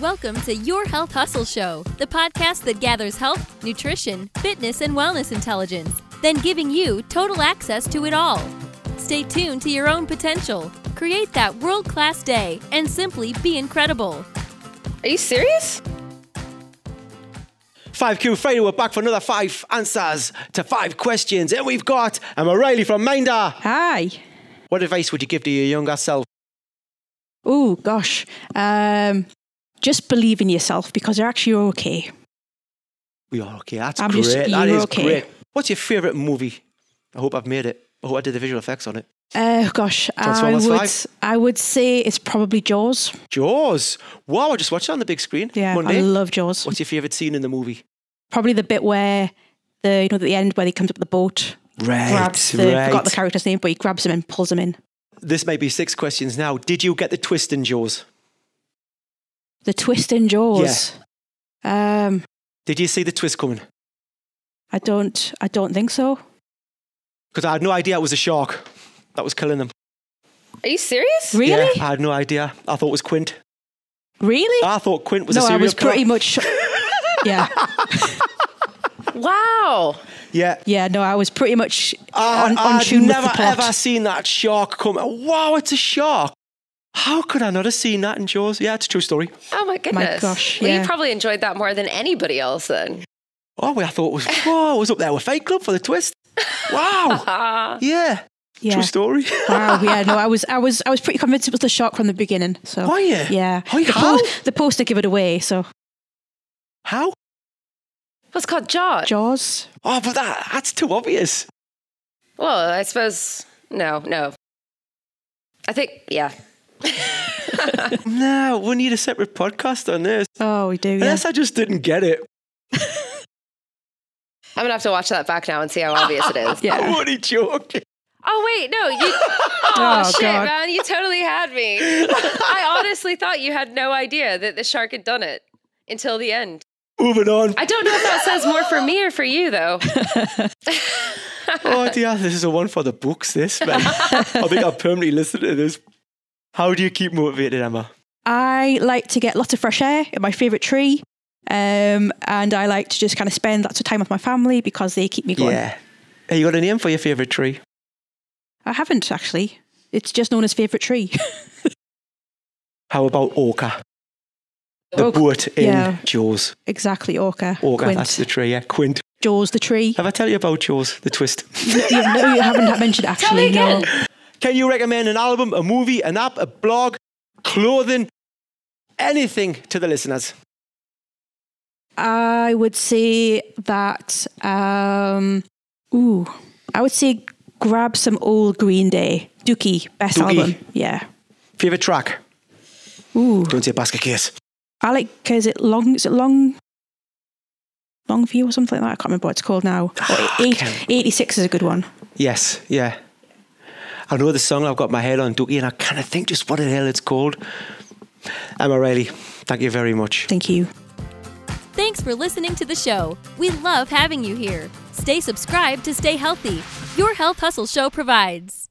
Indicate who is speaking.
Speaker 1: Welcome to Your Health Hustle Show, the podcast that gathers health, nutrition, fitness, and wellness intelligence, then giving you total access to it all. Stay tuned to your own potential, create that world class day, and simply be incredible.
Speaker 2: Are you serious?
Speaker 3: 5Q Friday, we're back for another five answers to five questions. And we've got Emma O'Reilly from Minder.
Speaker 2: Hi.
Speaker 3: What advice would you give to your younger self?
Speaker 4: Oh gosh, um, just believe in yourself because you're actually okay.
Speaker 3: We are okay. That's
Speaker 4: I'm
Speaker 3: great.
Speaker 4: just-
Speaker 3: that
Speaker 4: you're
Speaker 3: is
Speaker 4: okay.
Speaker 3: great. What's your favourite movie? I hope I've made it. I hope I did the visual effects on it.
Speaker 4: Uh, gosh, I
Speaker 3: Transformers
Speaker 4: would
Speaker 3: five?
Speaker 4: I would say it's probably Jaws.
Speaker 3: Jaws. Wow, I just watched it on the big screen.
Speaker 4: Yeah,
Speaker 3: Monday.
Speaker 4: I love Jaws.
Speaker 3: What's your favourite scene in the movie?
Speaker 4: Probably the bit where the you know at the end where he comes up with the boat,
Speaker 3: Right.
Speaker 4: grabs the forgot the character's name, but he grabs him and pulls him in.
Speaker 3: this may be six questions now. Did you get the twist in Jaws?
Speaker 4: The twist in Jaws. Um,
Speaker 3: Did you see the twist coming?
Speaker 4: I don't, I don't think so.
Speaker 3: Because I had no idea it was a shark that was killing them.
Speaker 2: Are you serious?
Speaker 4: Really,
Speaker 3: Yeah, I had no idea. I thought it was Quint.
Speaker 4: really?
Speaker 3: I thought Quint was a
Speaker 4: no, I
Speaker 3: serial
Speaker 4: was
Speaker 3: killer.
Speaker 4: pretty much. yeah,
Speaker 2: Wow.
Speaker 3: Yeah.
Speaker 4: yeah. No, I was pretty much
Speaker 3: I,
Speaker 4: on, on
Speaker 3: I'd
Speaker 4: tune
Speaker 3: never
Speaker 4: with the plot.
Speaker 3: ever seen that shark come. Wow, it's a shark. How could I not have seen that in Jaws? Yeah, it's a true story.
Speaker 2: Oh my goodness.
Speaker 4: gosh,
Speaker 2: Well, you
Speaker 4: yeah.
Speaker 2: probably enjoyed that more than anybody else then.
Speaker 3: Oh, I thought it was, whoa, I was up there with Fight Club for the twist. Wow.
Speaker 2: Ah.
Speaker 3: Yeah.
Speaker 4: yeah.
Speaker 3: True story.
Speaker 4: Wow, yeah, no, I was, I was, I was pretty convinced it was the shark from the beginning. So,
Speaker 3: Were you?
Speaker 4: Yeah,
Speaker 3: Were you?
Speaker 4: the,
Speaker 3: How?
Speaker 4: the poster give it away. So,
Speaker 3: How?
Speaker 2: What's called Jaws?
Speaker 4: Jaws.
Speaker 3: Oh, but that, that's too obvious.
Speaker 2: well, I suppose no, no. I think yeah.
Speaker 3: No, we need a separate podcast on this.
Speaker 4: Oh, we do. Yeah.
Speaker 3: Unless I just didn't get it.
Speaker 2: I'm gonna have to watch that back now and see how obvious it is.
Speaker 4: Yeah.
Speaker 3: I'm only joking.
Speaker 2: Oh wait, no, you Oh,
Speaker 4: Oh,
Speaker 2: shit,
Speaker 4: God.
Speaker 2: man, you totally had me. I honestly thought you had no idea that the shark had done it until the end.
Speaker 3: Moving on.
Speaker 2: I don't know if that says more for me or for you though.
Speaker 3: Oh dear, this is a one for the books, this man. I think I'll permanently listen to this. How do you keep motivated, Emma?
Speaker 4: I like to get lots of fresh air in my favorite tree, um, and I like to just kind of spend lots of time with my family because they keep me going.
Speaker 3: Hey, you got a name for your favourite tree?
Speaker 4: I haven't actually. It's just known as favorite tree.
Speaker 3: How about Orca? The
Speaker 4: Oak-
Speaker 3: boat in
Speaker 4: yeah.
Speaker 3: Jaws.
Speaker 4: exactly, orca.
Speaker 3: Orca,
Speaker 4: Quint.
Speaker 3: that's the tree, yeah. Quint.
Speaker 4: Jaws the tree.
Speaker 3: Have I tell you about Jaws, the twist?
Speaker 4: You- no, you haven't mentioned it, actually.
Speaker 2: Tell me
Speaker 4: no.
Speaker 2: again.
Speaker 3: Can you recommend an album, a movie, an app, a blog, clothing, anything to the listeners?
Speaker 4: I would say that. Um, ooh, I would say grab some old Green Day, Dookie, best
Speaker 3: Dookie.
Speaker 4: album. Yeah.
Speaker 3: Favourite track?
Speaker 4: Ooh,
Speaker 3: Don't say basket case.
Speaker 4: I like. Is it long? Is it long? Long view or something like that. I can't remember what it's called now.
Speaker 3: Ah,
Speaker 4: Or eight-
Speaker 3: Ken.
Speaker 4: 86 is a good one.
Speaker 3: Yes, yeah. I know the song I've got my head on, Dookie, and I kind of think just what the hell it's called. Emma Riley, thank you very much.
Speaker 4: Thank you.
Speaker 1: Thanks for listening to the show. We love having you here. Stay subscribed to stay healthy. Your Health Hustle Show provides.